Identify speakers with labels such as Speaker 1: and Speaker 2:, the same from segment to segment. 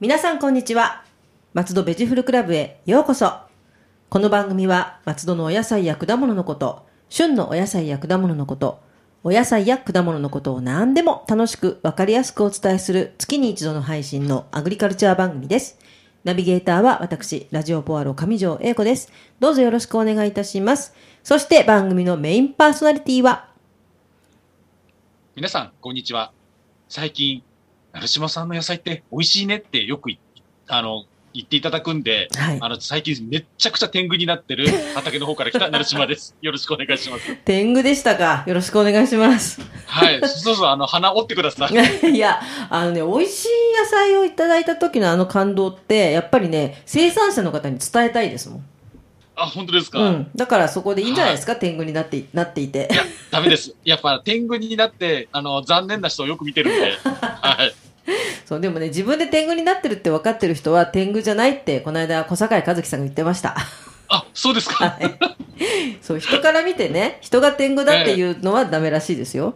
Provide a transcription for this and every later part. Speaker 1: 皆さんこんにちは。松戸ベジフルクラブへようこそ。この番組は松戸のお野菜や果物のこと、旬のお野菜や果物のこと、お野菜や果物のことを何でも楽しくわかりやすくお伝えする月に一度の配信のアグリカルチャー番組です。ナビゲーターは私、ラジオポアロ上条英子です。どうぞよろしくお願いいたします。そして番組のメインパーソナリティは、
Speaker 2: 皆さん、こんにちは。最近、成島さんの野菜って美味しいねってよくいあの言っていただくんで、
Speaker 1: はい
Speaker 2: あの最近めっちゃくちゃ天狗になってる畑の方から来た成 島です。よろしくお願いします。
Speaker 1: 天狗でしたか。よろしくお願いします。
Speaker 2: はい、そうそう、あの、鼻折ってくださ い。
Speaker 1: いや、あのね、美味しい野菜をいただいた時のあの感動って、やっぱりね、生産者の方に伝えたいですもん。
Speaker 2: あ、本当ですか、
Speaker 1: うん。だからそこでいいんじゃないですか、天狗になってい、なっていて。
Speaker 2: ダメです。やっぱ天狗になって、あの、残念な人をよく見てる んで。はい。
Speaker 1: そう、でもね、自分で天狗になってるって分かってる人は天狗じゃないって、この間小坂井和樹さんが言ってました。
Speaker 2: あ、そうですか。
Speaker 1: はい。そう、人から見てね、人が天狗だっていうのはダメらしいですよ。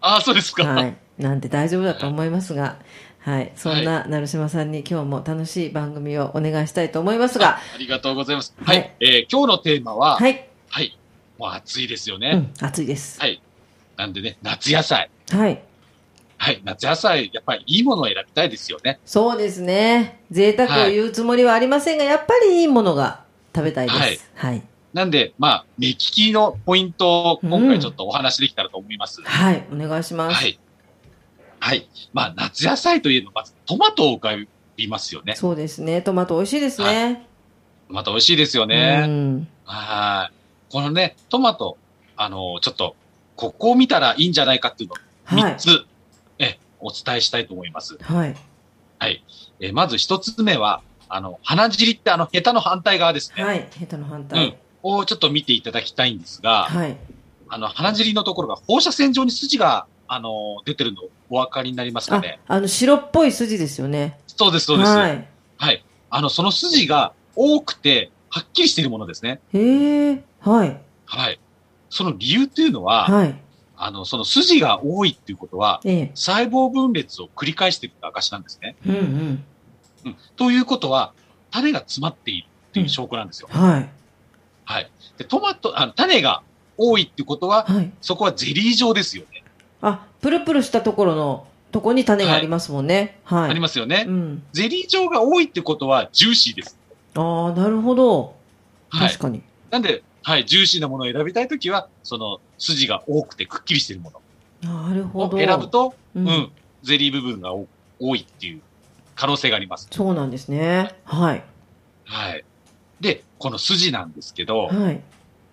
Speaker 2: あ、そうですか。
Speaker 1: はい。なんで大丈夫だと思いますが、はい。そんな成島さんに今日も楽しい番組をお願いしたいと思いますが、
Speaker 2: ありがとうございます。
Speaker 1: は
Speaker 2: はいい。えー今日のテーマは、はい。
Speaker 1: はい。
Speaker 2: もう暑いですよ
Speaker 1: う
Speaker 2: ね。
Speaker 1: ん、暑いです。
Speaker 2: はい。なんでね、夏野菜。
Speaker 1: はい。
Speaker 2: はい、夏野菜、やっぱりいいものを選びたいですよね。
Speaker 1: そうですね。贅沢を言うつもりはありませんが、やっぱりいいものが食べたいです。はい。
Speaker 2: なんで、まあ、目利きのポイントを今回ちょっとお話しできたらと思います。
Speaker 1: はい。お願いします。
Speaker 2: はい。はい。まあ、夏野菜といえば、まずトマトを浮かびますよね。
Speaker 1: そうですね。トマト美味しいですね。
Speaker 2: トマト美味しいですよ
Speaker 1: う
Speaker 2: ね。
Speaker 1: ん。
Speaker 2: はい。このね、トマト、あのちょっと、ここを見たらいいんじゃないかっていうのを
Speaker 1: は
Speaker 2: 3
Speaker 1: い。
Speaker 2: つ、え、お伝えしたいと思います。
Speaker 1: はい。
Speaker 2: え、まず1つ目は、あの、花尻ってあの、ヘタの反対側ですね。
Speaker 1: はい。ヘタの反
Speaker 2: うん
Speaker 1: 対。。
Speaker 2: をちょっと見ていただきたいんですが、
Speaker 1: はい。
Speaker 2: あの、鼻尻のところが放射線状に筋が、あの、出てるのお分かりになりますか
Speaker 1: あ
Speaker 2: ね。、
Speaker 1: あの、白っぽい筋ですよね。
Speaker 2: そうです、そうです。は。
Speaker 1: はいい。
Speaker 2: あの、その筋が多くて、はっきりしているものですね。
Speaker 1: へえ。はい。
Speaker 2: はい。その理由というのは、
Speaker 1: はい。
Speaker 2: あの、その筋が多いっていうことは、
Speaker 1: ええ。
Speaker 2: 細胞分裂を繰り返している証なんですね。
Speaker 1: うんうん。
Speaker 2: うん。ということは、種が詰まっているっていう証拠なんですよ。
Speaker 1: はい。
Speaker 2: はい。で、トマト、あの、種が多いっていうことは、
Speaker 1: はい。
Speaker 2: そこはゼリー状ですよね。
Speaker 1: あ、プルプルしたところの、とこに種がありますもんね。はい。
Speaker 2: あり
Speaker 1: ま
Speaker 2: ますよね。
Speaker 1: うん。
Speaker 2: ゼリー状が多いってことは、ジューシーです。
Speaker 1: ああ、なるほど。
Speaker 2: はい
Speaker 1: 確。かに。
Speaker 2: なんで、はい、ジューシーなものを選びたいときは、その筋が多くてくっきりしているも
Speaker 1: なる
Speaker 2: の
Speaker 1: ほ
Speaker 2: を
Speaker 1: ど。
Speaker 2: 選ぶと、
Speaker 1: う
Speaker 2: うんん、ゼリー部分が多多いっていう可能性があります。
Speaker 1: そうなんですね。はい。
Speaker 2: はい。で、この筋なんですけど、
Speaker 1: はい。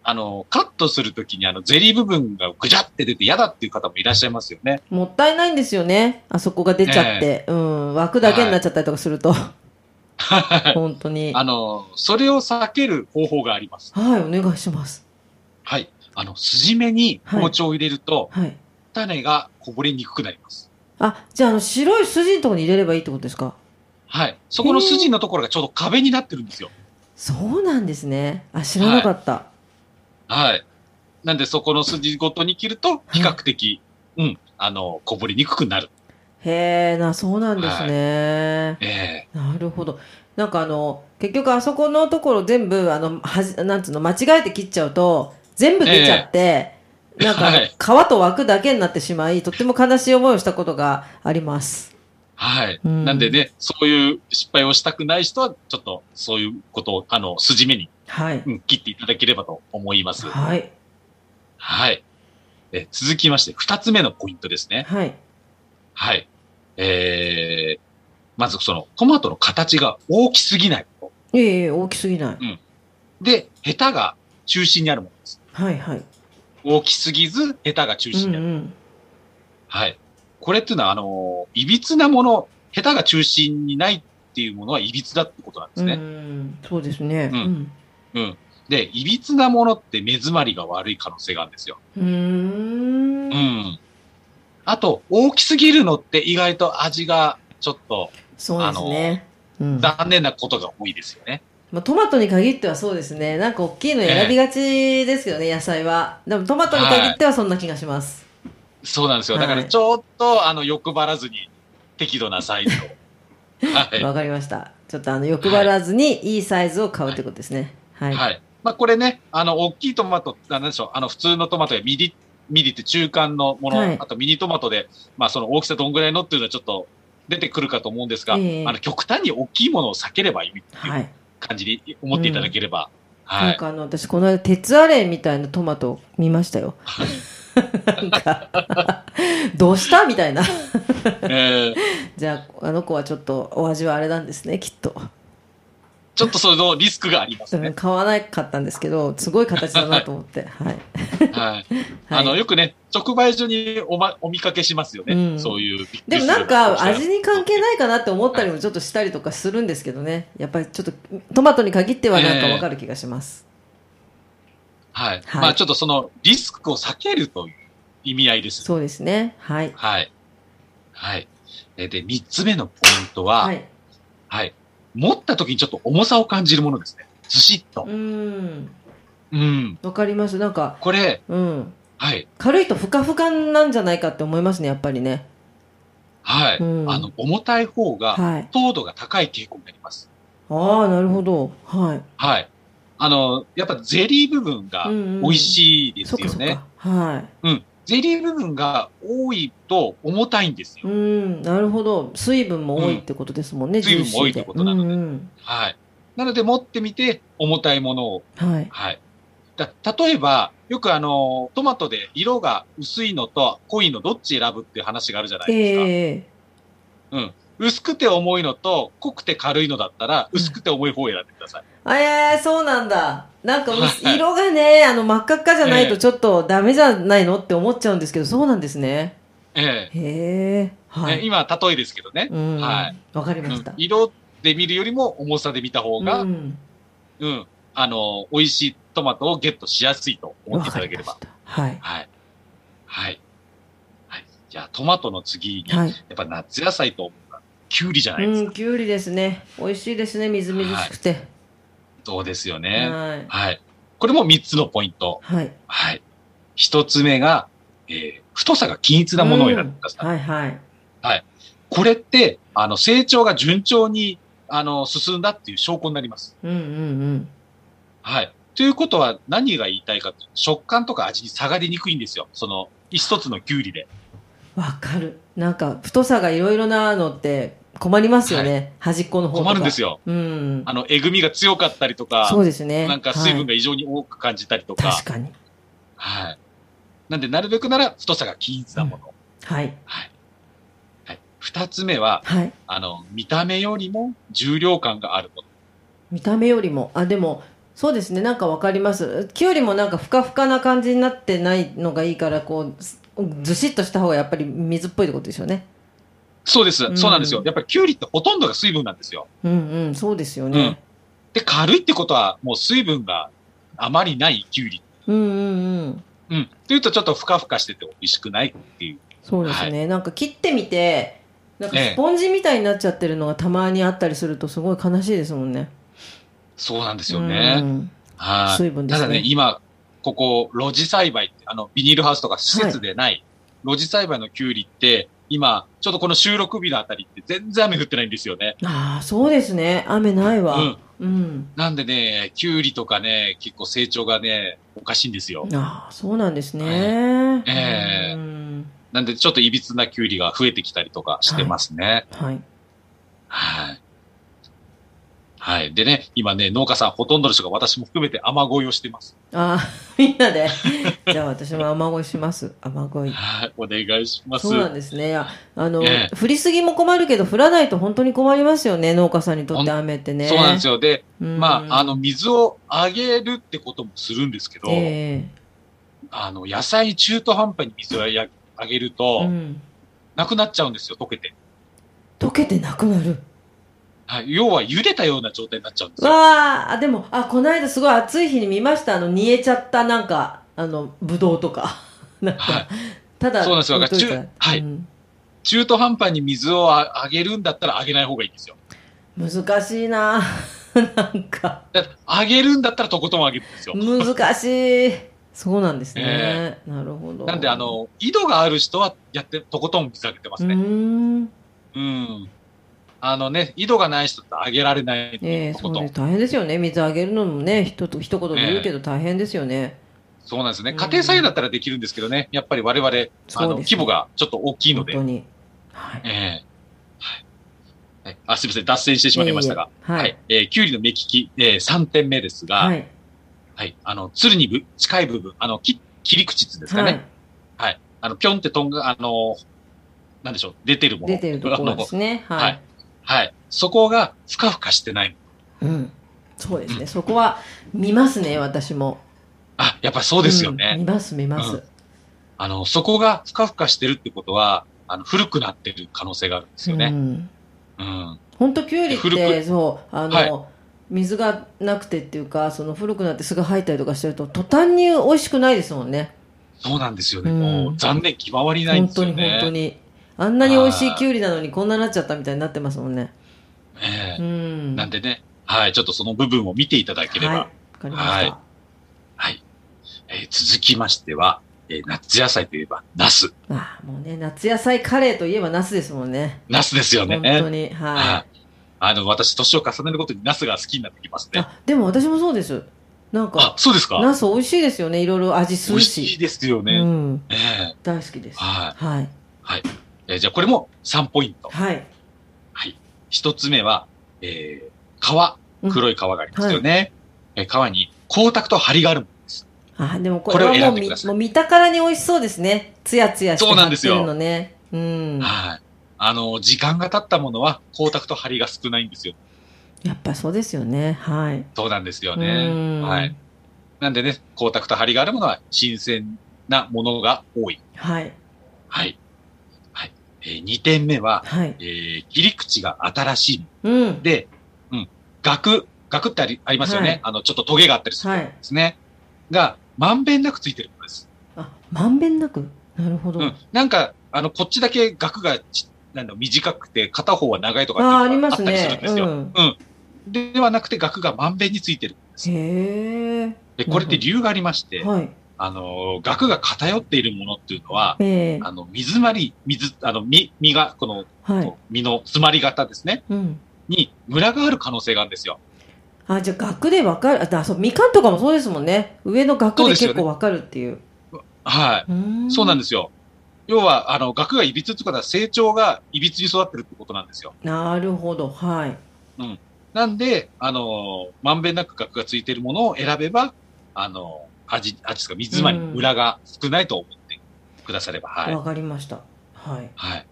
Speaker 2: あの、カットするときにあの、ゼリー部分がぐちゃって出て嫌だっていう方もいらっしゃいますよね。
Speaker 1: もったいないんですよね。あそこが出ちゃって。うん。枠だけになっちゃったりとかすると。 本当に。
Speaker 2: あ
Speaker 1: は
Speaker 2: の、それを避ける方法があります。
Speaker 1: い、お願いします。
Speaker 2: はい。あの、筋目に包丁を入れると、
Speaker 1: はい。
Speaker 2: 種がこぼれにくくなります。
Speaker 1: あ、じゃあ、あの、白い筋のところに入れればいいってことですか
Speaker 2: はい。そこの筋のところがちょうど壁になってるんですよ。
Speaker 1: そうなんですね。あ、知らなかった。
Speaker 2: はい。なんで、そこの筋ごとに切ると、比較的、うん、あの、こぼれにくくなる。
Speaker 1: へえ、な、そうなんですね。
Speaker 2: ええ
Speaker 1: なるほど。なんかあの、結局あそこのところ全部、あの、はじ、なんつうの、間違えて切っちゃうと、全部出ちゃって、
Speaker 2: え
Speaker 1: なんか、
Speaker 2: はい
Speaker 1: 皮と枠だけになってしまい、とっても悲しい思いをしたことがあります。
Speaker 2: はい。
Speaker 1: うん
Speaker 2: なんでね、そういう失敗をしたくない人は、ちょっと、そういうことを、あの、筋目に、
Speaker 1: はい。
Speaker 2: うん、切っていただければと思います。
Speaker 1: はい。
Speaker 2: はい。え続きまして、二つ目のポイントですね。
Speaker 1: はい。
Speaker 2: はい。えー、まず、その、トマトの形が大きすぎないこ
Speaker 1: いえいえ、大きすぎない。
Speaker 2: と。で、ヘタが中心にあるものです。
Speaker 1: はいはい。
Speaker 2: 大きすぎず、ヘタが中
Speaker 1: う
Speaker 2: 心にある
Speaker 1: ん。うん。
Speaker 2: はい。これっていうのは、あのーいびつなもの、下手が中心にないっていうものはいびつだってことなんです
Speaker 1: う
Speaker 2: ね。
Speaker 1: ん。そうですね。う。
Speaker 2: うんうん。で、いびつなものって目詰まりが悪い可能性があるんですよ。
Speaker 1: うーん
Speaker 2: う。ん。あと、大きすぎるのって意外と味がちょっと
Speaker 1: そうですね。うん。
Speaker 2: 残念なことが多いですよね。
Speaker 1: まあ、トマトに限ってはそうですね。なんか大きいの選びがちですよね、野菜は。でもトマトに限ってはそんな気がします。
Speaker 2: そうなんですよ。だか
Speaker 1: は
Speaker 2: ら
Speaker 1: い
Speaker 2: ちょっと、あの、欲張らずに適度なサイズ を。は。
Speaker 1: わかりました。ちょっとあの、欲張らずにいいサイズを買うってことですね。はいい。
Speaker 2: はい。まあ、これね、あの、大きいトマト、あなんでしょう、あの、普通のトマトやミリ、ミリって中間のもの、
Speaker 1: はい
Speaker 2: あとミニトマトで、まあ、その大きさどんぐらいのっていうのはちょっと出てくるかと思うんですが、
Speaker 1: ええ
Speaker 2: あの、極端に大きいものを避ければいいってい
Speaker 1: は
Speaker 2: う
Speaker 1: い。
Speaker 2: 感じに思っていただければ、は
Speaker 1: なん
Speaker 2: い。
Speaker 1: かあの、私この間、鉄アレイみたいなトマト見ましたよ。なんか、どうしたみたいな。
Speaker 2: えー
Speaker 1: じゃあ、あの子はちょっとお味はあれなんですね、きっと。
Speaker 2: ちょっとそれのリスクがありま す
Speaker 1: うん
Speaker 2: ね。
Speaker 1: 買わなかったんですけど、すごい形だなと思って。はい。
Speaker 2: はい。
Speaker 1: は
Speaker 2: あ
Speaker 1: い
Speaker 2: の、よくね、直売所にお,、ま、お見かけしますよね。
Speaker 1: うん
Speaker 2: そういうびっくりする。
Speaker 1: でもなんか味に関係ないかなって思ったりもちょっとしたりとかするんですけどね。やっぱりちょっとトマトに限ってはなんかわかる気がします。
Speaker 2: はい。
Speaker 1: はい
Speaker 2: まあちょっとそのリスクを避けるという意味合いです。
Speaker 1: そうですね。はい。
Speaker 2: はい。はい。えーで、三つ目のポイントは、は、
Speaker 1: はいい。
Speaker 2: 持った時にちょっと重さを感じるものですね。ずしっと
Speaker 1: う。ーん。
Speaker 2: うん。
Speaker 1: わかります。なんか、
Speaker 2: これ、
Speaker 1: うん。
Speaker 2: はい。
Speaker 1: 軽いとふかふかなんじゃないかって思いますね、やっぱりね。
Speaker 2: はい。
Speaker 1: うん
Speaker 2: あの、重たい方が、
Speaker 1: はい。
Speaker 2: 糖度が高い傾向になります。
Speaker 1: ああ、なるほど。はい。
Speaker 2: はい。あの、やっぱゼリー部分が
Speaker 1: うんうん
Speaker 2: 美味しいで
Speaker 1: そ
Speaker 2: す
Speaker 1: っか
Speaker 2: よ
Speaker 1: そっ
Speaker 2: ね。
Speaker 1: か。は
Speaker 2: うん。ゼリー部分が多いと重たいんです
Speaker 1: い。
Speaker 2: よ。
Speaker 1: うん、なるほど。水分も多いってことですもんね、
Speaker 2: ん水分も多い
Speaker 1: ジューシーで
Speaker 2: ってことなので
Speaker 1: うん
Speaker 2: はい。なので持ってみて、重たいものを
Speaker 1: うん。はい。
Speaker 2: はい。だ例えば、よくあの、トマトで色が薄いのと濃いのどっち選ぶっていう話があるじゃないですか。
Speaker 1: ええ
Speaker 2: 薄くて重いのと濃くて軽いのだったら、薄くて重い方を選んでください。
Speaker 1: ええそうなんだ。なんかもう
Speaker 2: はい
Speaker 1: 色がね、あの真っ赤っかじゃない
Speaker 2: え
Speaker 1: と
Speaker 2: え
Speaker 1: ちょっとダメじゃないのって思っちゃうんですけど、そうなんですね。
Speaker 2: え
Speaker 1: へえ、
Speaker 2: え
Speaker 1: は
Speaker 2: ね
Speaker 1: い。
Speaker 2: 今、例えですけどね、
Speaker 1: うん、
Speaker 2: は
Speaker 1: わかりま
Speaker 2: う
Speaker 1: し
Speaker 2: ん
Speaker 1: た。
Speaker 2: 色で見るよりも重さで見た方が、
Speaker 1: う
Speaker 2: うん、
Speaker 1: ん、
Speaker 2: あの、美味しいトマトをゲットしやすいと思
Speaker 1: わ
Speaker 2: ってい
Speaker 1: か
Speaker 2: ただ
Speaker 1: り
Speaker 2: け
Speaker 1: ま
Speaker 2: れば
Speaker 1: し。た。はい。
Speaker 2: はい。はい。はい。じゃあ、トマトの次に、や
Speaker 1: はい。
Speaker 2: っぱ夏野菜と思うのは、きゅうりじゃないです
Speaker 1: う
Speaker 2: か。
Speaker 1: ん、きゅうりですね。美味しいですね、みずみずしくて。
Speaker 2: そうですよね。
Speaker 1: はい。
Speaker 2: はい。これも3つのポイント。
Speaker 1: はい。
Speaker 2: はい。1つ目が、えー太さが均一なものを選んでください。
Speaker 1: うんはいはい。
Speaker 2: これって、あの、成長が順調に、あの、進んだっていう証拠になります。
Speaker 1: うんうんうん。
Speaker 2: はい。ということは何が言いたいかというと食感とか味に差が出にくいんですよ。その、一つのキュウリで。
Speaker 1: わかる。なんか、太さがいろいろなのって困りますよね。端っこの方とか。
Speaker 2: 困るんですよ。
Speaker 1: うん。
Speaker 2: あの、えぐみが強かったりとか
Speaker 1: そ、うですね。
Speaker 2: なんか水分
Speaker 1: が、
Speaker 2: が異常に多く感じたりとか。
Speaker 1: は。
Speaker 2: はいい
Speaker 1: 確。かに。
Speaker 2: なんで、なるべくなら太さが均一なもの。
Speaker 1: はい。
Speaker 2: はい。はい。二つ目は、
Speaker 1: はい。
Speaker 2: あの、見た目よりも重量感があるもの。
Speaker 1: 見た目よりも、あ、でも、そうですね。なんかわかります。きゅうりもなんかふかふかな感じになってないのがいいから、こう、すずしっとした方がやっぱり水っぽいってことですよね。
Speaker 2: そうです。
Speaker 1: うん
Speaker 2: そうなんですよ。やっぱりキュウリってほとんどが水分なんですよ。
Speaker 1: うんうん、そうですよね。
Speaker 2: で、軽いってことは、もう水分があまりないキュウリ。
Speaker 1: うん、うんうん。
Speaker 2: うん。というと、ちょっとふかふかしてて美味しくないっていう。
Speaker 1: そうですね。なんか切ってみて、なんか
Speaker 2: ええ
Speaker 1: スポンジみたいになっちゃってるのがたまにあったりするとすごい悲しいですもんね。
Speaker 2: そうなんですよね。
Speaker 1: ん、
Speaker 2: はい。
Speaker 1: 水分ですね
Speaker 2: ただね、今、ここ、露地栽培って、あの、ビニールハウスとか施設でない、露地栽培のキュウリって、今、ちょっとこの収録日のあたりって全然雨降ってないんですよね。
Speaker 1: ああ、そうですね。雨ないわ。
Speaker 2: うん。
Speaker 1: うん。
Speaker 2: なんでね、キュウリとかね、結構成長がね、おかしいんですよ。
Speaker 1: ああ、そうなんですね。
Speaker 2: ええ
Speaker 1: うん
Speaker 2: なんで、ちょっといびつなキュウリが増えてきたりとかしてますね。
Speaker 1: はい。
Speaker 2: はい。はい。でね、今ね、農家さんほとんどの人が私も含めて雨乞いをしてます。
Speaker 1: ああ、みんなで。 じゃあ私も雨乞いします。雨乞い。
Speaker 2: はい。お願いします。
Speaker 1: そうなんですね。いや、あの、
Speaker 2: え
Speaker 1: 降りすぎも困るけど、降らないと本当に困りますよね。農家さんにとって雨ってね。
Speaker 2: そうなんです
Speaker 1: よ。
Speaker 2: よ。で、まあ、あの、、水をあげるってこともするんですけど、
Speaker 1: え
Speaker 2: あの、野菜中途半端に水をあげあげる
Speaker 1: え
Speaker 2: と、
Speaker 1: うん。
Speaker 2: なくなっちゃうんですよ、溶けて。
Speaker 1: 溶けてなくなる。
Speaker 2: はい。要は、茹でたような状態になっちゃうんですよ。
Speaker 1: わあ、あでも、あ、この間すごい暑い日に見ました。あの、煮えちゃった、なんか、あの、ぶどうとか。 なんか、
Speaker 2: はい
Speaker 1: ただ、
Speaker 2: そうなんですよ
Speaker 1: 置といたら
Speaker 2: 中はい
Speaker 1: うん
Speaker 2: 中途半端に水をああげるんだったらあげない方がいいんですよ。
Speaker 1: 難しいな なんか、
Speaker 2: だあげるんだったらとことんあげるんですよ。
Speaker 1: 難しい。そうなんですね。なるほど。
Speaker 2: なんで、あの、井戸がある人はやって、とことん水あげてま
Speaker 1: う
Speaker 2: すね。
Speaker 1: ーん。
Speaker 2: うん。あのね、井戸がない人ってあげられない
Speaker 1: ええ
Speaker 2: と
Speaker 1: そ
Speaker 2: こ
Speaker 1: う
Speaker 2: と。
Speaker 1: ね、大変ですよね。水あげるのもね、ひとと一言で言うけど大変ですよね。
Speaker 2: そうなんですね。
Speaker 1: うん
Speaker 2: 家庭菜園だったらできるんですけどね、やっぱり我々、あ
Speaker 1: そう
Speaker 2: の、
Speaker 1: です
Speaker 2: 規模がちょっと大きいの
Speaker 1: 本
Speaker 2: で、
Speaker 1: 当に。はい。
Speaker 2: ええはいはい。あ、すみません、脱線してしまいましたが、
Speaker 1: いえいえはい
Speaker 2: はい。えーきゅうりの目利き、えー、3点目ですが、は。
Speaker 1: はいい。
Speaker 2: あの、つるにぶ近い部分、あの、き切り口っつうんですかね。
Speaker 1: は
Speaker 2: はいい。。あの、ぴょんってとんが、あの、なんでしょう、出てるもの。
Speaker 1: 出てるところで
Speaker 2: あの
Speaker 1: すね。は
Speaker 2: はいい。はい。そこが、ふかふかしてない。
Speaker 1: うん。そうですね。そこは見ますね、私も。
Speaker 2: あ、やっぱりそうですよ
Speaker 1: うん
Speaker 2: ね。
Speaker 1: 見ます、見ます。
Speaker 2: うんあの、そこがふかふかしてるってことは、あの、古くなってる可能性があるんですよ
Speaker 1: う
Speaker 2: ね。
Speaker 1: ん
Speaker 2: うん。
Speaker 1: 本当キュウリっ
Speaker 2: 古
Speaker 1: て
Speaker 2: く
Speaker 1: そうあの、
Speaker 2: はい
Speaker 1: 水がなくてっていうかその古くなってすぐ入ったりとかしてると途端に美味しくないですもんね
Speaker 2: そうなんですよね。
Speaker 1: うん
Speaker 2: もう、残念極まりない
Speaker 1: 本
Speaker 2: んです
Speaker 1: 当
Speaker 2: よ
Speaker 1: に
Speaker 2: ね。
Speaker 1: 本当にあんなに美味しいキュウリなのにこんなになっちゃったみたいになってますもんね
Speaker 2: え
Speaker 1: う
Speaker 2: え
Speaker 1: ん
Speaker 2: なんでね、はい、ちょっとその部分を見ていただけれ
Speaker 1: は
Speaker 2: ば。
Speaker 1: い
Speaker 2: は
Speaker 1: わ
Speaker 2: い。
Speaker 1: かりました、
Speaker 2: えー続きましては、えー夏野菜といえば、ナス。
Speaker 1: あもうね夏野菜カレーといえばナスですもんね
Speaker 2: ナスですよね。
Speaker 1: 本当には
Speaker 2: はい。あの、私、年を重ねるごとにナスが好きになってきます
Speaker 1: い
Speaker 2: ね。
Speaker 1: あでも私もそうですなん
Speaker 2: あ
Speaker 1: か、
Speaker 2: そうですか
Speaker 1: ナス美味しいですよねいろいろ味する
Speaker 2: 美味
Speaker 1: し
Speaker 2: しいですよ
Speaker 1: う
Speaker 2: ね。
Speaker 1: ん、
Speaker 2: ええ
Speaker 1: 大好きです
Speaker 2: はい
Speaker 1: はい
Speaker 2: えーじゃあ、これも3ポイント。
Speaker 1: はい
Speaker 2: はい。一つ目は、えー
Speaker 1: うん
Speaker 2: 皮、黒い皮がありますよね。えー皮に光沢と張りがあるものです。
Speaker 1: あでもこれは
Speaker 2: これ
Speaker 1: も
Speaker 2: を選
Speaker 1: うん
Speaker 2: で
Speaker 1: 見
Speaker 2: ください
Speaker 1: もう見たからに美味しそうですねつやつやして
Speaker 2: そうな
Speaker 1: 貼
Speaker 2: ん
Speaker 1: っ
Speaker 2: です
Speaker 1: て
Speaker 2: よ
Speaker 1: るのねうん
Speaker 2: はい。あの、時間が経ったものは光沢と張りが少ないんですよ。
Speaker 1: やっぱそうですよねはい
Speaker 2: そうなんですよ
Speaker 1: うん
Speaker 2: ね。はい。なんでね、光沢と張りがあるものは新鮮なものが多い。
Speaker 1: はい
Speaker 2: はい。はい。えー、2点目は、
Speaker 1: はい
Speaker 2: えー切り口が新しいも
Speaker 1: うん
Speaker 2: ので、うん。額、額ってありありますよね。
Speaker 1: はい
Speaker 2: あの、ちょっとトゲがあったりする
Speaker 1: は
Speaker 2: ん
Speaker 1: い
Speaker 2: ですね。が、まんべんなくついてることです。
Speaker 1: あまんべんなくなるほど、
Speaker 2: うん、なんか、あの、こっちだけ額がちなんだろう短くて、片方は長いとか
Speaker 1: ああ
Speaker 2: っ
Speaker 1: あり
Speaker 2: ていう
Speaker 1: ま
Speaker 2: のがあ
Speaker 1: す
Speaker 2: ったりする
Speaker 1: ね
Speaker 2: ん
Speaker 1: う
Speaker 2: ですよ。
Speaker 1: ん
Speaker 2: でではなくて、額がまんべんについてるんです。
Speaker 1: へえ
Speaker 2: で、これって理由がありまして、
Speaker 1: はい
Speaker 2: あの、額が偏っているものっていうのは、
Speaker 1: ええ
Speaker 2: あの、水まり、水、あの、身、身が、この、
Speaker 1: はい
Speaker 2: 身の詰まり型ですね、
Speaker 1: うん
Speaker 2: に、ムラがある可能性があるんですよ。
Speaker 1: あじゃあ額でわかるあだそうみかんとかもそうですもんね上の額
Speaker 2: そう
Speaker 1: で
Speaker 2: ですよ
Speaker 1: 結
Speaker 2: ね
Speaker 1: 構わかるっていう
Speaker 2: はい。そうなん
Speaker 1: す
Speaker 2: ですよ。要は、あの、額がいびつってことは、成長がいびつに育ってるってことなんですよ。
Speaker 1: なるほどはい
Speaker 2: なんで、あのーまんべんなく額がついているものを選べば、あのー味、味ですか、水まり、
Speaker 1: うん
Speaker 2: ムラが少ないと思ってくだされば、はい。
Speaker 1: わかりましたはい
Speaker 2: はい。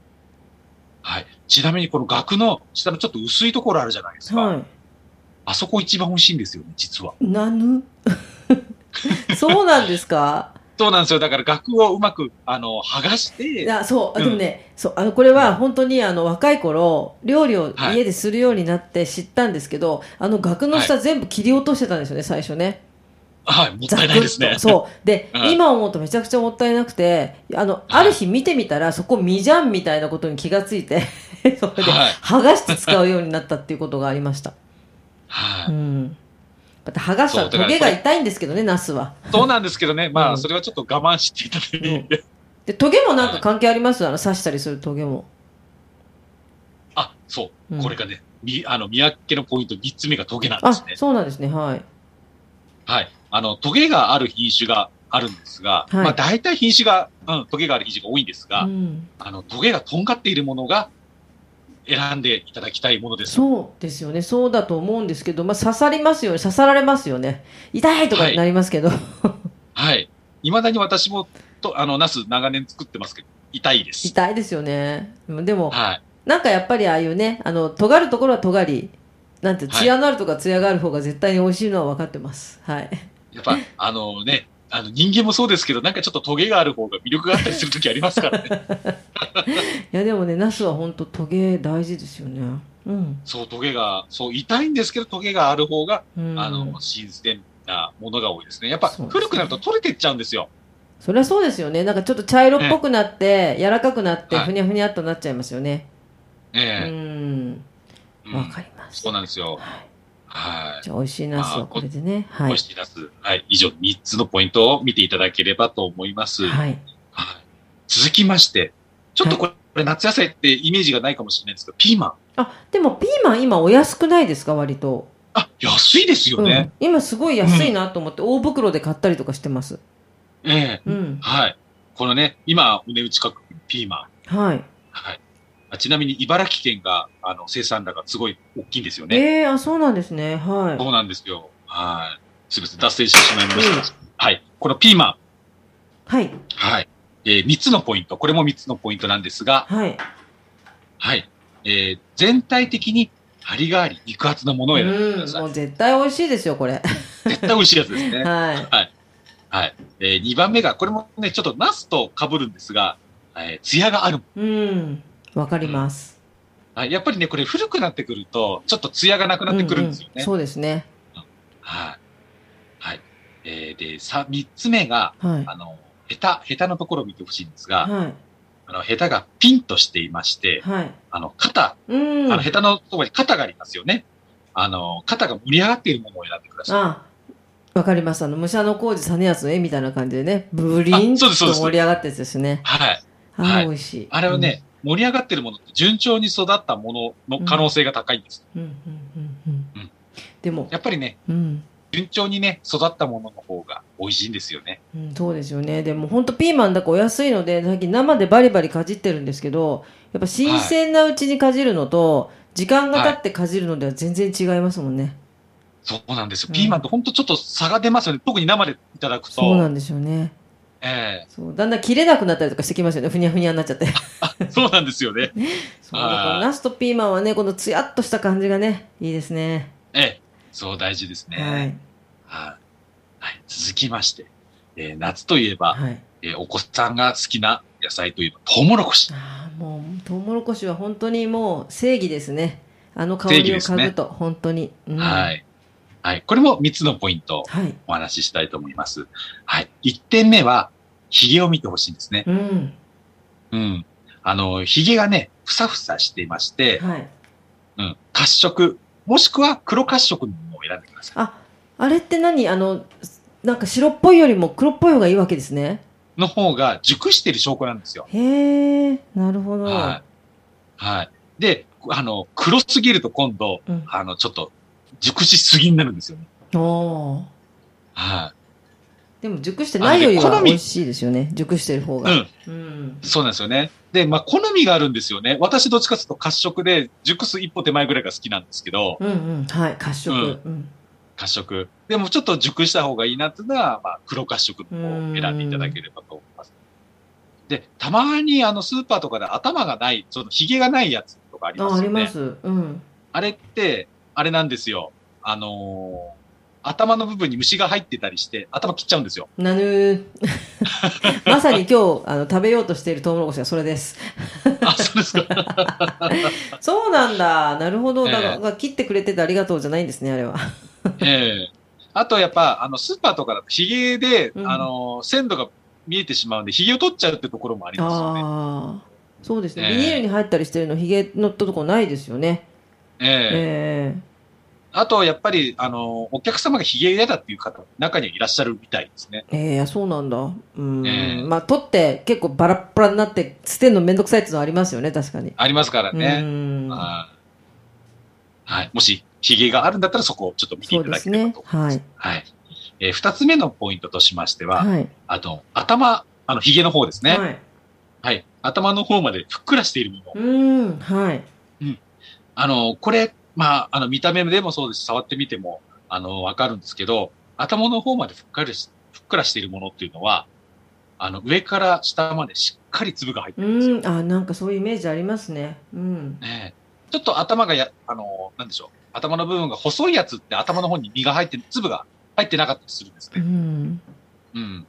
Speaker 2: はい。ちなみに、この額の下のちょっと薄いところあるじゃないですか。
Speaker 1: はい
Speaker 2: あそこ一番美味しいんですよね、実は。
Speaker 1: なぬ そうなんですか
Speaker 2: そうなんですよ。だから額をうまく、あのー剥がし
Speaker 1: い
Speaker 2: て、
Speaker 1: やそうあ
Speaker 2: うん
Speaker 1: でもね、そうあのこれは本当にあの若い頃料理を
Speaker 2: はい
Speaker 1: 家でするようになって知ったんですけど、あの額の下全部切り落としてたんですよね最初ね
Speaker 2: はい、もっ
Speaker 1: ざった
Speaker 2: い
Speaker 1: く
Speaker 2: ないですね
Speaker 1: っと。そうで、
Speaker 2: うん
Speaker 1: 今思うとめちゃくちゃもったいなくてあのある日見てみたらそこ身じゃんみたいなことに気がついて それで
Speaker 2: はい
Speaker 1: 剥がして使うようになったっていうことがありました、
Speaker 2: は
Speaker 1: う
Speaker 2: い。
Speaker 1: んまた剥がしたら
Speaker 2: そうだか
Speaker 1: ト
Speaker 2: ら
Speaker 1: ゲが痛いんですけどねナスは
Speaker 2: そうなんですけどね、ま
Speaker 1: う
Speaker 2: あ、
Speaker 1: ん
Speaker 2: それはちょっと我慢していただいて、
Speaker 1: でトゲもなんか関係ありますあの刺したりするトゲも
Speaker 2: あ、そうう、
Speaker 1: ん
Speaker 2: これがね、み、あの、見分けのポイント3つ目がトゲなんで
Speaker 1: あ
Speaker 2: すね。
Speaker 1: そうなんですねはい
Speaker 2: はい。あの、トゲがある品種があるんですが、
Speaker 1: はい
Speaker 2: まあ大体品種が、うん、トゲがある品種が多いんですが、
Speaker 1: うん、
Speaker 2: あの、トゲがとんがっているものが選んでいただきたいものです。
Speaker 1: そうですよねそうだと思うんですけど、まあ、刺さりますよね刺さられますよね痛いとかになります けど、
Speaker 2: はい。未だに私も、と、あの、ナス長年作ってますけど、痛いです。
Speaker 1: 痛いですよねでも
Speaker 2: はい。
Speaker 1: なんかやっぱりああいうねあの尖るところは尖りなんて
Speaker 2: はい
Speaker 1: 艶のあるとか艶がある方が絶対に美味しいのは分かってますはい
Speaker 2: やっぱ、あのね、あの、人間もそうですけど、なんかちょっとトゲがある方が魅力があったりする時ありますか らね。
Speaker 1: いやでもねナスは本当トゲ大事ですよねうん、
Speaker 2: そう、トゲが、そう、痛いんですけど、トゲがある方が、
Speaker 1: うん、
Speaker 2: あの、新鮮なものが多いですね。やっぱ、
Speaker 1: そうですね
Speaker 2: 古くなると取れてっちゃうんですよ。
Speaker 1: そりゃそうですよねなんかちょっと茶色っぽくなって、柔らかくなって
Speaker 2: はい
Speaker 1: ふにゃふにゃっとなっちゃいますよね、
Speaker 2: え
Speaker 1: うん
Speaker 2: え
Speaker 1: わかります
Speaker 2: そうなんですよ。
Speaker 1: はい
Speaker 2: はいは
Speaker 1: じゃあ、美味しいナスをこれでね。
Speaker 2: い。
Speaker 1: は
Speaker 2: 美
Speaker 1: い
Speaker 2: 味。しいナス。はい。以上3つのポイントを見ていただければと思います。はい。
Speaker 1: はい。
Speaker 2: 続きまして、ちょっとこれ、これ夏野菜ってイメージがないかもしれないんですけど、ピーマン。
Speaker 1: あ、でもピーマン今お安くないですか、割と。
Speaker 2: あ、安いですよね。
Speaker 1: うん、今すごい安いなと思って、大袋で買ったりとかしてます。
Speaker 2: ええ
Speaker 1: うん。
Speaker 2: はい。このね、今、お値打ち価格、ピーマン。
Speaker 1: はい。
Speaker 2: はい。あちなみに、茨城県が、あの、生産量がすごい大きいんですよね。
Speaker 1: ええあ、そうなんですね。はい。
Speaker 2: そうなんですよ。はい。すみません、脱線してしまいました。はい。このピーマ
Speaker 1: はい。
Speaker 2: ン。はい。えー、3つのポイント。これも3つのポイントなんですが、
Speaker 1: はい。
Speaker 2: はい。えー、全体的に、張りがあり、肉厚なものを選んでくだ
Speaker 1: うん。
Speaker 2: さ
Speaker 1: も
Speaker 2: い。
Speaker 1: う絶対美味しいですよ、これ。
Speaker 2: 絶対美味しいやつです ね。
Speaker 1: はい。
Speaker 2: はい。えー、2番目が、これもね、ちょっとナスと被るんですが、えー、艶がある
Speaker 1: うん。わかります。
Speaker 2: はい、やっぱりね、これ古くなってくると、ちょっと艶がなくなってくるんですよ
Speaker 1: うう
Speaker 2: ね。
Speaker 1: そうですね。
Speaker 2: はい。はい。えー、で、さ、三つ目が、
Speaker 1: はい。
Speaker 2: あの、ヘタ、ヘタのところを見てほしいんですが、
Speaker 1: は
Speaker 2: あの、ヘタがピンとしていまし
Speaker 1: い。
Speaker 2: て、
Speaker 1: はい。
Speaker 2: あの、肩、
Speaker 1: うん。
Speaker 2: あの、ヘタのところに肩がありますよね。あの、肩が盛り上がっているものを選んでください。
Speaker 1: あわかります。あの、武者の工事実康の絵みたいな感じでね、ブリン
Speaker 2: あ
Speaker 1: と
Speaker 2: そうですそうです
Speaker 1: 盛り上がったやつですね。
Speaker 2: はい。
Speaker 1: あ、
Speaker 2: はい
Speaker 1: 美味しい。
Speaker 2: あれはね、盛り上がっているものって順調に育ったものの可能性が高いんです。
Speaker 1: うん、うん、うん、うん。う
Speaker 2: うんん、
Speaker 1: でも、
Speaker 2: やっぱりね、
Speaker 1: うん、
Speaker 2: 順調にね、育ったものの方が美味しいんですよね。
Speaker 1: うん、そうですよね。でも本当ピーマンだからお安いので、最近生でバリバリかじってるんですけど、やっぱ新鮮なうちにかじるのと、時間が経ってかじるのでは全然違いますもんね。
Speaker 2: そうなんですよ
Speaker 1: う。ん
Speaker 2: ピーマンと本当ちょっと差が出ますよね。特に生でいただくと。
Speaker 1: そうなんですよね。
Speaker 2: え
Speaker 1: そう、だんだん切れなくなったりとかしてきますよね。ふにゃふにゃになっちゃ って。
Speaker 2: えそうなんですよね。
Speaker 1: そう、だから
Speaker 2: あー
Speaker 1: ナスとピーマンはね、このツヤっとした感じがね、いいですね。
Speaker 2: ええそう大事です
Speaker 1: は
Speaker 2: ね。
Speaker 1: い。
Speaker 2: はい。はい。続きまして、えー夏といえば、
Speaker 1: はい。
Speaker 2: えーお子さんが好きな野菜といえば、トウモロコシ。
Speaker 1: ああ、もう、トウモロコシは本当にもう正義ですね。あの香
Speaker 2: 正義
Speaker 1: りを
Speaker 2: です
Speaker 1: 嗅
Speaker 2: ね
Speaker 1: ぐと、本当に。うん
Speaker 2: はい。はい。これも3つのポイントを
Speaker 1: はい。
Speaker 2: お話ししたいと思います。はい。1点目は、髭を見てほしいんですね。
Speaker 1: うん。
Speaker 2: うん。あの、髭がね、ふさふさしていまして、
Speaker 1: はい。
Speaker 2: うん。褐色、もしくは黒褐色のものを選んでくださ
Speaker 1: あ、あれって何あの、なんか白っぽいよりも黒っぽい方がいいわけですね。
Speaker 2: い。の方が熟している証拠なんですよ。
Speaker 1: へえ、なるほど。
Speaker 2: はい。はい。で、あの、黒すぎると今度、
Speaker 1: うん
Speaker 2: あの、ちょっと、熟しすぎになるんですよね。
Speaker 1: おー
Speaker 2: は
Speaker 1: でも熟してないより
Speaker 2: あのね
Speaker 1: は
Speaker 2: 好み
Speaker 1: 美味しいですよね。熟してる方
Speaker 2: い。う
Speaker 1: が。
Speaker 2: ん。
Speaker 1: うん。
Speaker 2: そうなんですよね。で、まあ、好みがあるんですよね。私どっちかというと褐色で、熟す一歩手前ぐらいが好きなんですけど、
Speaker 1: うんうん。はい。褐色。うん。
Speaker 2: 褐色。でもちょっと熟した方がいいなっていうのは、まあ、黒褐色の方を選んでいただければと思います。で、たまにあの、スーパーとかで頭がない、その、髭がないやつとかあります
Speaker 1: あ、
Speaker 2: よね。
Speaker 1: あります。うん。
Speaker 2: あれって、あれなんですよ。あのー頭の部分に虫が入ってたりして、頭切っちゃうんですよ。
Speaker 1: なぬー。 まさに今日、あの、食べようとしているトウモロコシはそれです。
Speaker 2: あ、そうですか。
Speaker 1: そうなんだ。なるほど。
Speaker 2: ええ
Speaker 1: だから、切ってくれててありがとうじゃないんですね、あれは。
Speaker 2: ええあとやっぱ、あの、スーパーとかだと、髭で、
Speaker 1: うん
Speaker 2: あのー鮮度が見えてしまうんで、髭を取っちゃうってところもありますよね。
Speaker 1: ああ。そうですね。
Speaker 2: ええ
Speaker 1: ビニールに入ったりしてるの、ヒゲのとこないですよね。
Speaker 2: ええ
Speaker 1: ええ
Speaker 2: あと、やっぱり、あのーお客様が髭嫌だっていう方、中にはいらっしゃるみたいですね。
Speaker 1: ええそうなんだ。うん。
Speaker 2: ええ
Speaker 1: まあ、取って、結構バラッバラになって、捨てるのめんどくさいっていうのはありますよね、確かに。
Speaker 2: ありますから
Speaker 1: う
Speaker 2: ね。
Speaker 1: ん。
Speaker 2: はいはい。もし、髭があるんだったら、そこをちょっと見て
Speaker 1: そ
Speaker 2: いうた
Speaker 1: で
Speaker 2: だ
Speaker 1: す
Speaker 2: ければ
Speaker 1: ね
Speaker 2: と。思いま
Speaker 1: は
Speaker 2: す。
Speaker 1: い。
Speaker 2: はい。えー二つ目のポイントとしましては、
Speaker 1: はい。
Speaker 2: あと、頭、あの、髭の方ですね。はい。
Speaker 1: はい。
Speaker 2: 頭の方までふっくらしているもの。
Speaker 1: うん。はい。
Speaker 2: あの、これ、まあ、あの、見た目でもそうですし、触ってみても、あの、わかるんですけど、頭の方までふっかりし、ふっくらしているものっていうのは、あの、上から下までしっかり粒が入ってるんですよ。
Speaker 1: うん。あ、なんかそういうイメージありますね。うん。
Speaker 2: ねえちょっと頭がや、あの、なんでしょう。頭の部分が細いやつって頭の方に身が入って、粒が入ってなかったりするんです
Speaker 1: う
Speaker 2: ね。
Speaker 1: ん。
Speaker 2: うん。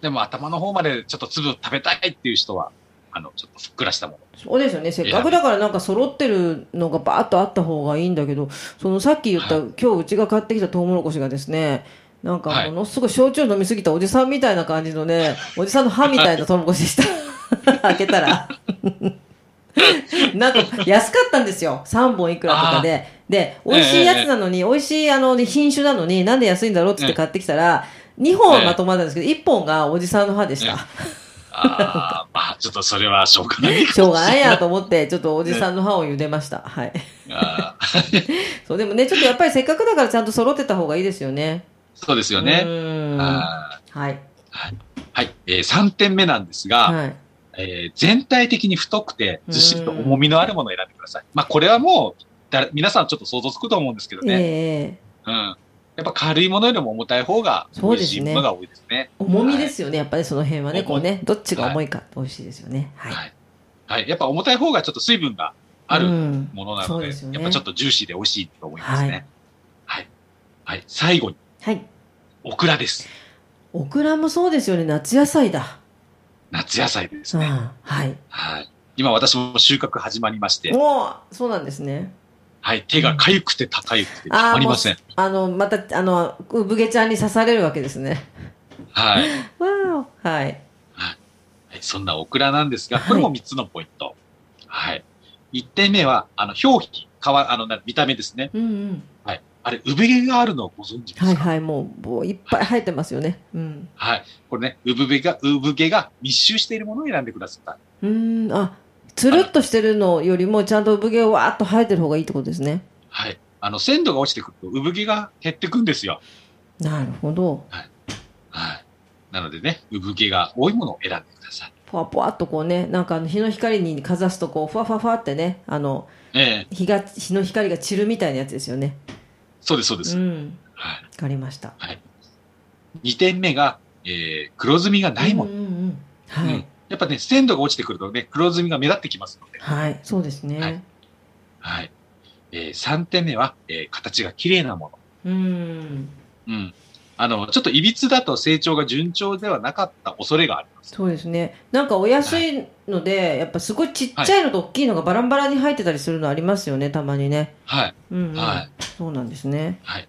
Speaker 2: でも頭の方までちょっと粒を食べたいっていう人は、あの、ちょっとふっくらしたもの。
Speaker 1: そうですよね。せっかくだからなんか揃ってるのがバーッとあった方がいいんだけど、そのさっき言った、
Speaker 2: は
Speaker 1: 今日うちが買ってきたトウモロコシがですね、なんか
Speaker 2: はい
Speaker 1: ものすごい焼酎飲みすぎたおじさんみたいな感じの ね、おじさんの歯みたいなトウモロコシでした。 開けたら。なんか安かったんですよ。3本いくらとかで。で、美味しいやつなのに、美味しいあの品種なのに、なんで安いんだろうって言って買ってきたら、2本まとまったんですけど、1本がおじさんの歯でした。
Speaker 2: あ あ、まあ、ちょっとそれはしょ うがないかも
Speaker 1: しょうがない
Speaker 2: しれ
Speaker 1: やと思って、ちょっとおじさんの歯を茹でました。はい。
Speaker 2: あー
Speaker 1: そう、でもね、ちょっとやっぱりせっかくだからちゃんと揃ってた方がいいですよね。
Speaker 2: そうですよ
Speaker 1: う
Speaker 2: ね。
Speaker 1: ーんは
Speaker 2: あ
Speaker 1: い。
Speaker 2: ーはい。えー、3点目なんですが、
Speaker 1: はい。
Speaker 2: えー全体的に太くて、ずっしりと重みのあるものを選んでください。まあ、これはもう、だ皆さんちょっと想像つくと思うんですけど
Speaker 1: ええ
Speaker 2: ね。
Speaker 1: ええ
Speaker 2: うん。やっぱ軽いものよりも重たい方が、美
Speaker 1: そうで
Speaker 2: 味
Speaker 1: す
Speaker 2: し
Speaker 1: ね
Speaker 2: いものが多いですね。
Speaker 1: 重みですよね、やっぱりその辺はね、こうね、どっちが重いか美味しいですよね。はい。
Speaker 2: はい。はい。やっぱ重たい方がちょっと水分があ
Speaker 1: う
Speaker 2: る
Speaker 1: ん
Speaker 2: ものな
Speaker 1: そ
Speaker 2: の
Speaker 1: う
Speaker 2: で、
Speaker 1: ですよね
Speaker 2: やっぱちょっとジューシーで美味しいと思いますね。はい。はい。最後に、
Speaker 1: はい。
Speaker 2: オクラです。
Speaker 1: オクラもそうですよね、夏野菜だ。
Speaker 2: 夏野菜です
Speaker 1: うん。
Speaker 2: ね。
Speaker 1: はい。
Speaker 2: はい。今私も収穫始まりまして、
Speaker 1: おーそうなんですね。
Speaker 2: はい。手が痒くて高いくてた
Speaker 1: ー
Speaker 2: まりません。
Speaker 1: もうあの、また、あの、産毛ちゃんに刺されるわけですね。
Speaker 2: はい。
Speaker 1: わーお。はい。
Speaker 2: はい、そんなオクラなんですが、これも3つのポイント。はい。一1点目は、あの、表皮、皮、あの、な見た目ですね。
Speaker 1: うんうん。
Speaker 2: はい。あれ、産毛があるのをご存知ですか
Speaker 1: はいはい、もう、もういっぱい生えてますよね。うん。
Speaker 2: はい。これね、産毛が、産毛が密集しているものを選んでください。
Speaker 1: うーん、あ、つるっとしてるのよりも、ちゃんと産毛をわーっと生えてる方がいいってことですね。
Speaker 2: はい。あの、鮮度が落ちてくると、産毛が減ってくんですよ。
Speaker 1: なるほど。
Speaker 2: はい。なのでね、産毛が多いものを選んでください。
Speaker 1: ぽわぽわっとこうね、なんかあの日の光にかざすとこう、ふわふわふわってね、あの、
Speaker 2: ええ
Speaker 1: 日が、日の光が散るみたいなやつですよね。
Speaker 2: そうです、そうです。
Speaker 1: うん。
Speaker 2: はい。
Speaker 1: わかりました。
Speaker 2: 2点目が、えー、黒ずみがないも
Speaker 1: う
Speaker 2: の。
Speaker 1: んうんうん。はい。
Speaker 2: うんやっぱね、鮮度が落ちてくるとね、黒ずみが目立ってきますので。
Speaker 1: はい。そうですね。
Speaker 2: はいはい。えー、3点目は、えー形が綺麗なも
Speaker 1: うーん。
Speaker 2: の。うん。あの、ちょっといびつだと成長が順調ではなかった恐れがあります。
Speaker 1: そうですね。なんかお安いので、やっぱすごいちっちゃいのと大きいのがバランバラに入ってたりするのありますよね、たまにね。
Speaker 2: はい。
Speaker 1: うん、うん。
Speaker 2: はい。
Speaker 1: そうなんですね。
Speaker 2: はい。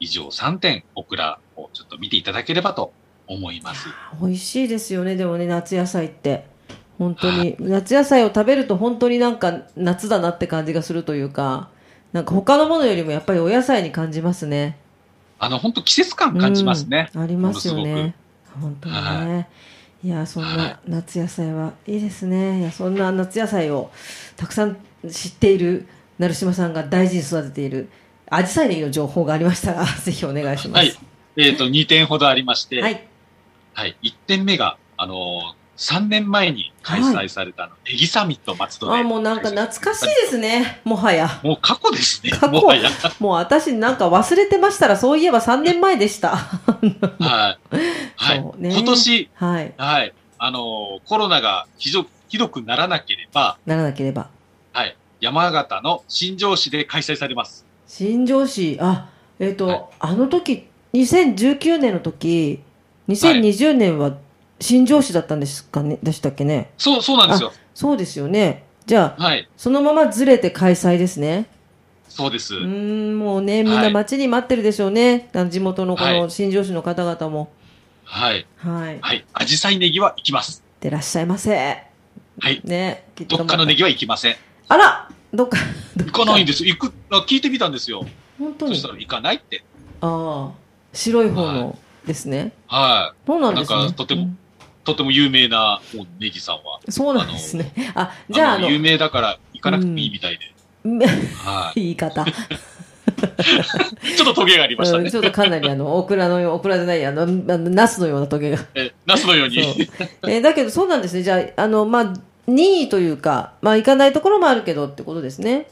Speaker 2: 以上3点、オクラをちょっと見ていただければと思います。
Speaker 1: 美味しいですよね、でもね、夏野菜って。本当に。夏野菜を食べると本当になんか夏だなって感じがするというか、なんか他のものよりもやっぱりお野菜に感じますね。
Speaker 2: あの、本当季節感感じますね。
Speaker 1: ありますよ
Speaker 2: ものす
Speaker 1: ね。本当にね。いや、そんな夏野菜はいいですね。いや、そんな夏野菜をたくさん知っている成島さんが大事に育てているアジサイネギの情報がありましたら、 ぜひお願いします。
Speaker 2: はい。えっ、と、2点ほどありまして、
Speaker 1: は
Speaker 2: はい。
Speaker 1: い。
Speaker 2: 1点目が、あのー、3年前に開催されたあの、ネギサミット松戸で。
Speaker 1: あ、もうなんか懐かしいですね。もはや。
Speaker 2: もう過去ですね。
Speaker 1: 過去
Speaker 2: もはや。
Speaker 1: もう私なんか忘れてましたら、そういえば3年前でした。
Speaker 2: はい。はい。
Speaker 1: そうね
Speaker 2: 今年、
Speaker 1: はい。
Speaker 2: はい。あのーコロナがひどひどくならなければ、
Speaker 1: ならなければ。
Speaker 2: はい。山形の新庄市で開催されます。
Speaker 1: 新庄市、あ、えっ、と、
Speaker 2: はい
Speaker 1: あの時、2019年の時、2020年は新庄市だったんですかね、でしたっけね。
Speaker 2: そう、そうなんですよ。
Speaker 1: そうですよね。じゃあ、
Speaker 2: はい。
Speaker 1: そのままずれて開催ですね。
Speaker 2: そうです。
Speaker 1: うーん、もうね、みん
Speaker 2: は
Speaker 1: ない待ちに待ってるでしょうね。あの地元のこ
Speaker 2: は
Speaker 1: の
Speaker 2: い
Speaker 1: 新庄市の方々も。
Speaker 2: はい。
Speaker 1: はい。い、
Speaker 2: はい。アジサイネギは行きます。
Speaker 1: ってらっしゃいませ。
Speaker 2: はい。
Speaker 1: ね、きっ
Speaker 2: ど
Speaker 1: と。
Speaker 2: っかのネギは行きません。
Speaker 1: あらどっか、
Speaker 2: 行かないんです。行く、あ聞いてみたんですよ。
Speaker 1: 本当
Speaker 2: そ
Speaker 1: に。
Speaker 2: したら行かないって。
Speaker 1: ああ、白い方の
Speaker 2: は
Speaker 1: ですね。
Speaker 2: は
Speaker 1: そうなんですね。
Speaker 2: なんかとても
Speaker 1: うん
Speaker 2: い。とても有名なもうネギさんは。
Speaker 1: そうなんですね。あ、じゃあ、あの、
Speaker 2: 有名だから行かなくてもいいみたいで。は
Speaker 1: 言い方。
Speaker 2: い。ちょっとトゲがありました
Speaker 1: うん
Speaker 2: ね。
Speaker 1: ちょっとかなりあの、オクラのよう、オクラじゃない、あの、あのナスのようなトゲが。そ
Speaker 2: え、ナスのよう
Speaker 1: う
Speaker 2: に。。
Speaker 1: えーだけどそうなんですね。じゃあ、あの、まあ、任意というか、まあ、行かないところもあるけどってことですね。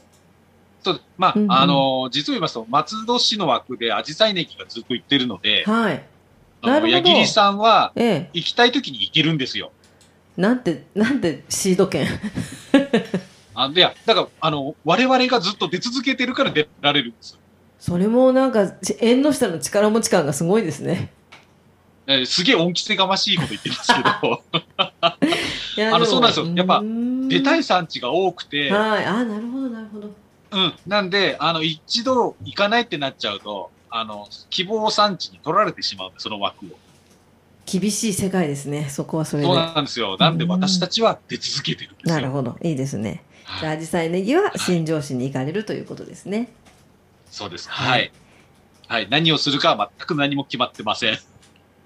Speaker 2: そう、まあ、
Speaker 1: うんうん
Speaker 2: あの、実を言いますと、松戸市の枠でアジサイネギがずっと行ってるので、
Speaker 1: はい。な
Speaker 2: あ
Speaker 1: るほ
Speaker 2: の、
Speaker 1: ど
Speaker 2: 矢切さんは、
Speaker 1: ええ
Speaker 2: 行きたい時に行けるんですよ。
Speaker 1: なんて、なんてシード権。
Speaker 2: あで、いやだから、あの、我々がずっと出続けてるから出られるんです。
Speaker 1: それもなんか、ち縁の下の力持ち感がすごいですね。
Speaker 2: えーすげえ恩着せがましいこと言ってますけど、
Speaker 1: いや
Speaker 2: あのそうなんですよやっぱ、出たい
Speaker 1: す
Speaker 2: 産地が多くて、
Speaker 1: はい。あ、なるほど、なるほど。
Speaker 2: うん。なんで、あの、一度行かないってなっちゃうと、あの、希望産地に取られてしまうんで、その枠を。
Speaker 1: 厳しい世界ですね。そこはそれで
Speaker 2: そう。なんですよ。なんで私たちは出続けてるんですよ。
Speaker 1: なるほど。いいですね。じゃあ、
Speaker 2: はい
Speaker 1: アジサイネギは新庄市に行かれるということですね。
Speaker 2: そうです。
Speaker 1: は
Speaker 2: はいい。はい。何をするかは全く何も決まってません。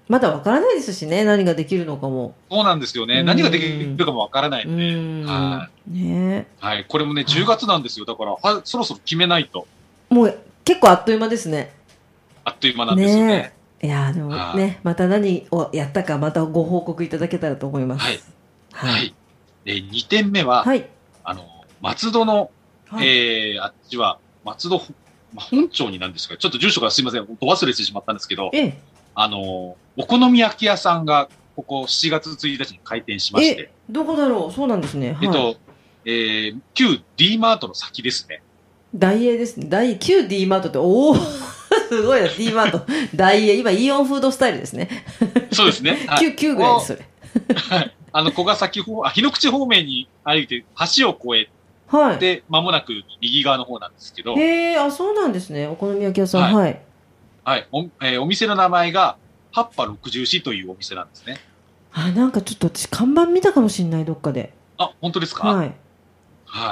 Speaker 1: まだわからないですしね、何ができるのかも。
Speaker 2: そうなんですよ
Speaker 1: う
Speaker 2: ね。
Speaker 1: ん
Speaker 2: 何ができるかもわからな
Speaker 1: う
Speaker 2: いので。
Speaker 1: ーん。
Speaker 2: は
Speaker 1: ね
Speaker 2: はい。これもね、
Speaker 1: い
Speaker 2: 10月なんですよ。だから、はそろそろ決めないと、
Speaker 1: えもう結構あっという間ですね。
Speaker 2: あっという間なんですよね。
Speaker 1: えいやーでも
Speaker 2: はい
Speaker 1: ね、また何をやったか、またご報告いただけたらと思います。
Speaker 2: はい。
Speaker 1: は。
Speaker 2: はいい。で、2点目は、
Speaker 1: はい。
Speaker 2: あの、松戸の、
Speaker 1: はい
Speaker 2: えー、あっちは、松戸ほ、まあ、本町になんですかちょっと住所がすいません。お忘れしてしまったんですけど、
Speaker 1: ええ
Speaker 2: あの、お好み焼き屋さんが、ここ7月1日に開店しまして、
Speaker 1: え、どこだろうそうなんですね。はい、
Speaker 2: えっと、えー、旧 D マートの先ですね。
Speaker 1: 大英ですね。大 9D マートって、おおすごいな、D マート。大英、今、イオンフードスタイルですね。
Speaker 2: そうです ね。はい、
Speaker 1: 9、9ぐらいです、それ。
Speaker 2: あの、小ヶ崎方、あ、日の口方面に歩いて、橋を越
Speaker 1: は
Speaker 2: え
Speaker 1: い。
Speaker 2: て、間もなく右側の方なんですけど、
Speaker 1: へえ、あ、そうなんですね。お好み焼き屋さん。はい。
Speaker 2: はい、お,、えーお店の名前が、葉っぱ64というお店なんですね。
Speaker 1: あ、なんかちょっと私、看板見たかもしれない、どっかで。
Speaker 2: あ、本当ですかはい。
Speaker 1: は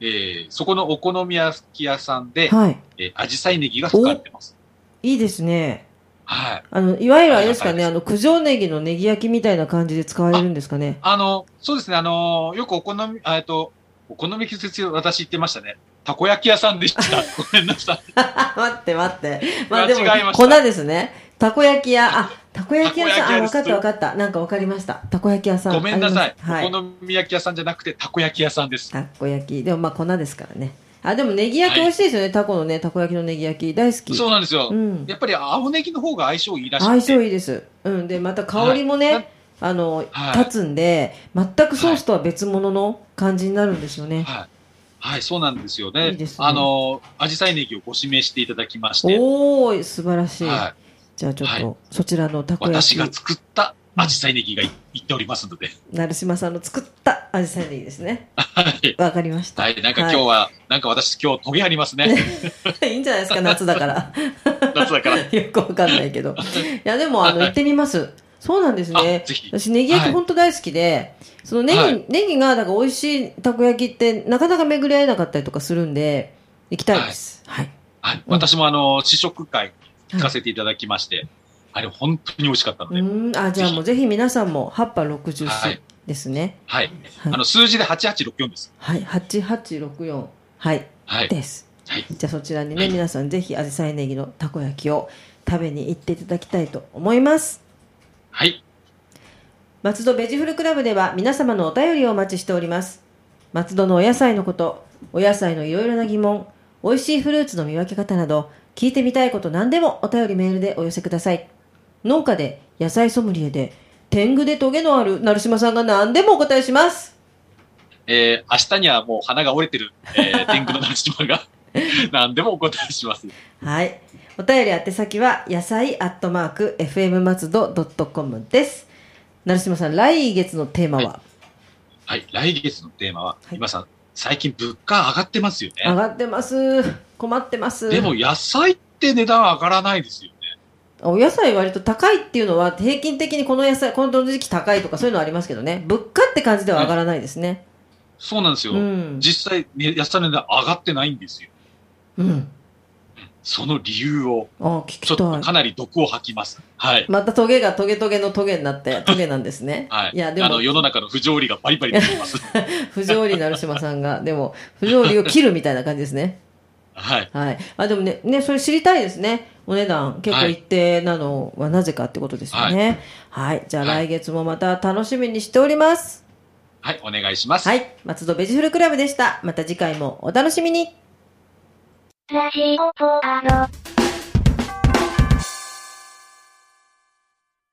Speaker 2: えーそこのお好み焼き屋さん
Speaker 1: い。
Speaker 2: で、
Speaker 1: はい。
Speaker 2: えー、アジサイネギが使われてます。
Speaker 1: いいですね。
Speaker 2: はい。
Speaker 1: あの、いわゆるあれですかね、
Speaker 2: は
Speaker 1: あの、九条ネギのネギ焼きみたいな感じで使われるんですかね。
Speaker 2: あの、そうですね、あのーよくお好み、あえっと、お好み季節、私言ってましたね。たこ焼き屋さん でした。ごめんなさい。
Speaker 1: 待って待って。まあでも
Speaker 2: 間違え、まし
Speaker 1: 粉
Speaker 2: た
Speaker 1: ですね。たこ焼き屋、あ、たこ焼き屋さ
Speaker 2: たこ焼
Speaker 1: ん、あ、
Speaker 2: き屋
Speaker 1: わ
Speaker 2: です
Speaker 1: かったわかった。なんかわかりました。たこ焼き屋さん。
Speaker 2: ごめんなさ
Speaker 1: あ
Speaker 2: い
Speaker 1: り。ますはい
Speaker 2: お。好み焼き屋さんじゃなくて、たこ焼き屋さんです。
Speaker 1: たこ焼き。でもまあ粉ですからね。あ、でもネギ焼き美味しいですよね。たこのね、たこ焼きのネギ焼き。大好き。
Speaker 2: そうなんですよ。
Speaker 1: うん。
Speaker 2: やっぱり青ネギの方が相性いいらしくて。
Speaker 1: 相性いいです。うん。で、また香りもね、
Speaker 2: はい
Speaker 1: あの、
Speaker 2: はい
Speaker 1: 立つんで、全くソースとは別物の感じになるんですよね。
Speaker 2: はい。はい、そうなんですよね。
Speaker 1: いいですね
Speaker 2: あの、アジサイネギをご指名していただきまして、
Speaker 1: おーい、素晴らしい。
Speaker 2: はい、
Speaker 1: じゃあちょっ
Speaker 2: は
Speaker 1: と、
Speaker 2: い
Speaker 1: そちらのたこ焼き。
Speaker 2: 私が作ったアジサイネギがい言っておりますので、
Speaker 1: 成島さんの作ったアジサイネギですね。
Speaker 2: はい。
Speaker 1: わかりました。
Speaker 2: はい、なんか今日は、なんか私今日トゲありますね。
Speaker 1: い、いんじゃないですか、夏だから。
Speaker 2: 夏だから。
Speaker 1: よくわかんないけ ど。いや、でも、あの、行ってみます。そうなんです
Speaker 2: あ、
Speaker 1: ね
Speaker 2: ぜ。ひ。
Speaker 1: 私、ネギ焼き
Speaker 2: はい
Speaker 1: 本当大好きで、そのネギ、
Speaker 2: はい
Speaker 1: ネギが、だから美味しいたこ焼きって、なかなか巡り合えなかったりとかするんで、行きたいです。はい。
Speaker 2: はい。私もあの、試食会聞かせていただきまして、あれ本当に美味しかったの
Speaker 1: う
Speaker 2: で、
Speaker 1: ん、あ、じゃあもうぜひ皆さんも、葉っぱ60
Speaker 2: はい
Speaker 1: ですね。
Speaker 2: はい。
Speaker 1: は
Speaker 2: あ
Speaker 1: い。
Speaker 2: の、数字で8864です。
Speaker 1: はい、8864。はい。
Speaker 2: はい。
Speaker 1: です。
Speaker 2: はい
Speaker 1: じゃあそちらにね、
Speaker 2: はい
Speaker 1: 皆さんぜひ、アジサイネギのたこ焼きを食べに行っていただきたいと思います。
Speaker 2: はい。
Speaker 1: 松戸ベジフルクラブでは皆様のお便りをお待ちしております松戸のお野菜のことお野菜のいろいろな疑問美味しいフルーツの見分け方など聞いてみたいこと何でもお便りメールでお寄せください農家で野菜ソムリエで天狗でトゲのある成島さんが何でもお答えします
Speaker 2: えー、明日にはもう花が折れてる、えー、天狗の鳴島が、何でもお答えします。
Speaker 1: はいお便り宛先は野菜アットマーク FM 松戸ドットコムです成島さん来月のテーマは
Speaker 2: はい、来月のテーマは、
Speaker 1: はい
Speaker 2: 今さん、最近物価上がってますよ
Speaker 1: 上
Speaker 2: ね。
Speaker 1: がってます困ってます
Speaker 2: でも野菜って値段上がらないですよね。
Speaker 1: お野菜割と高いっていうのは平均的にこの野菜この時期高いとかそういうのはありますけどね物価って感じでは上がらないですね、
Speaker 2: そうなんですよ。
Speaker 1: うん、
Speaker 2: 実際、ね野菜の値段上がってないんですよ。
Speaker 1: うん、
Speaker 2: その理由を、
Speaker 1: あー聞
Speaker 2: ち
Speaker 1: き
Speaker 2: ょっと
Speaker 1: た
Speaker 2: か
Speaker 1: い
Speaker 2: なり毒を吐きます。はい。
Speaker 1: またトゲがトゲトゲのトゲになってトゲなんですね
Speaker 2: はい。
Speaker 1: いやで
Speaker 2: あ
Speaker 1: も
Speaker 2: の、世の中の不条理がバリバリ出てます。
Speaker 1: 不条理成島さんが でも不条理を切るみたいな感じですね
Speaker 2: はい。
Speaker 1: はいあでもねねそれ知りたいですねお値段結構
Speaker 2: はい
Speaker 1: 一定なのはなぜかってことですよねはい、じゃあ
Speaker 2: はい
Speaker 1: 来月もまた楽しみにしております
Speaker 2: はい、お願いします。
Speaker 1: はい松戸ベジフルクラブでしたまた次回もお楽しみに
Speaker 3: ラジオポアド。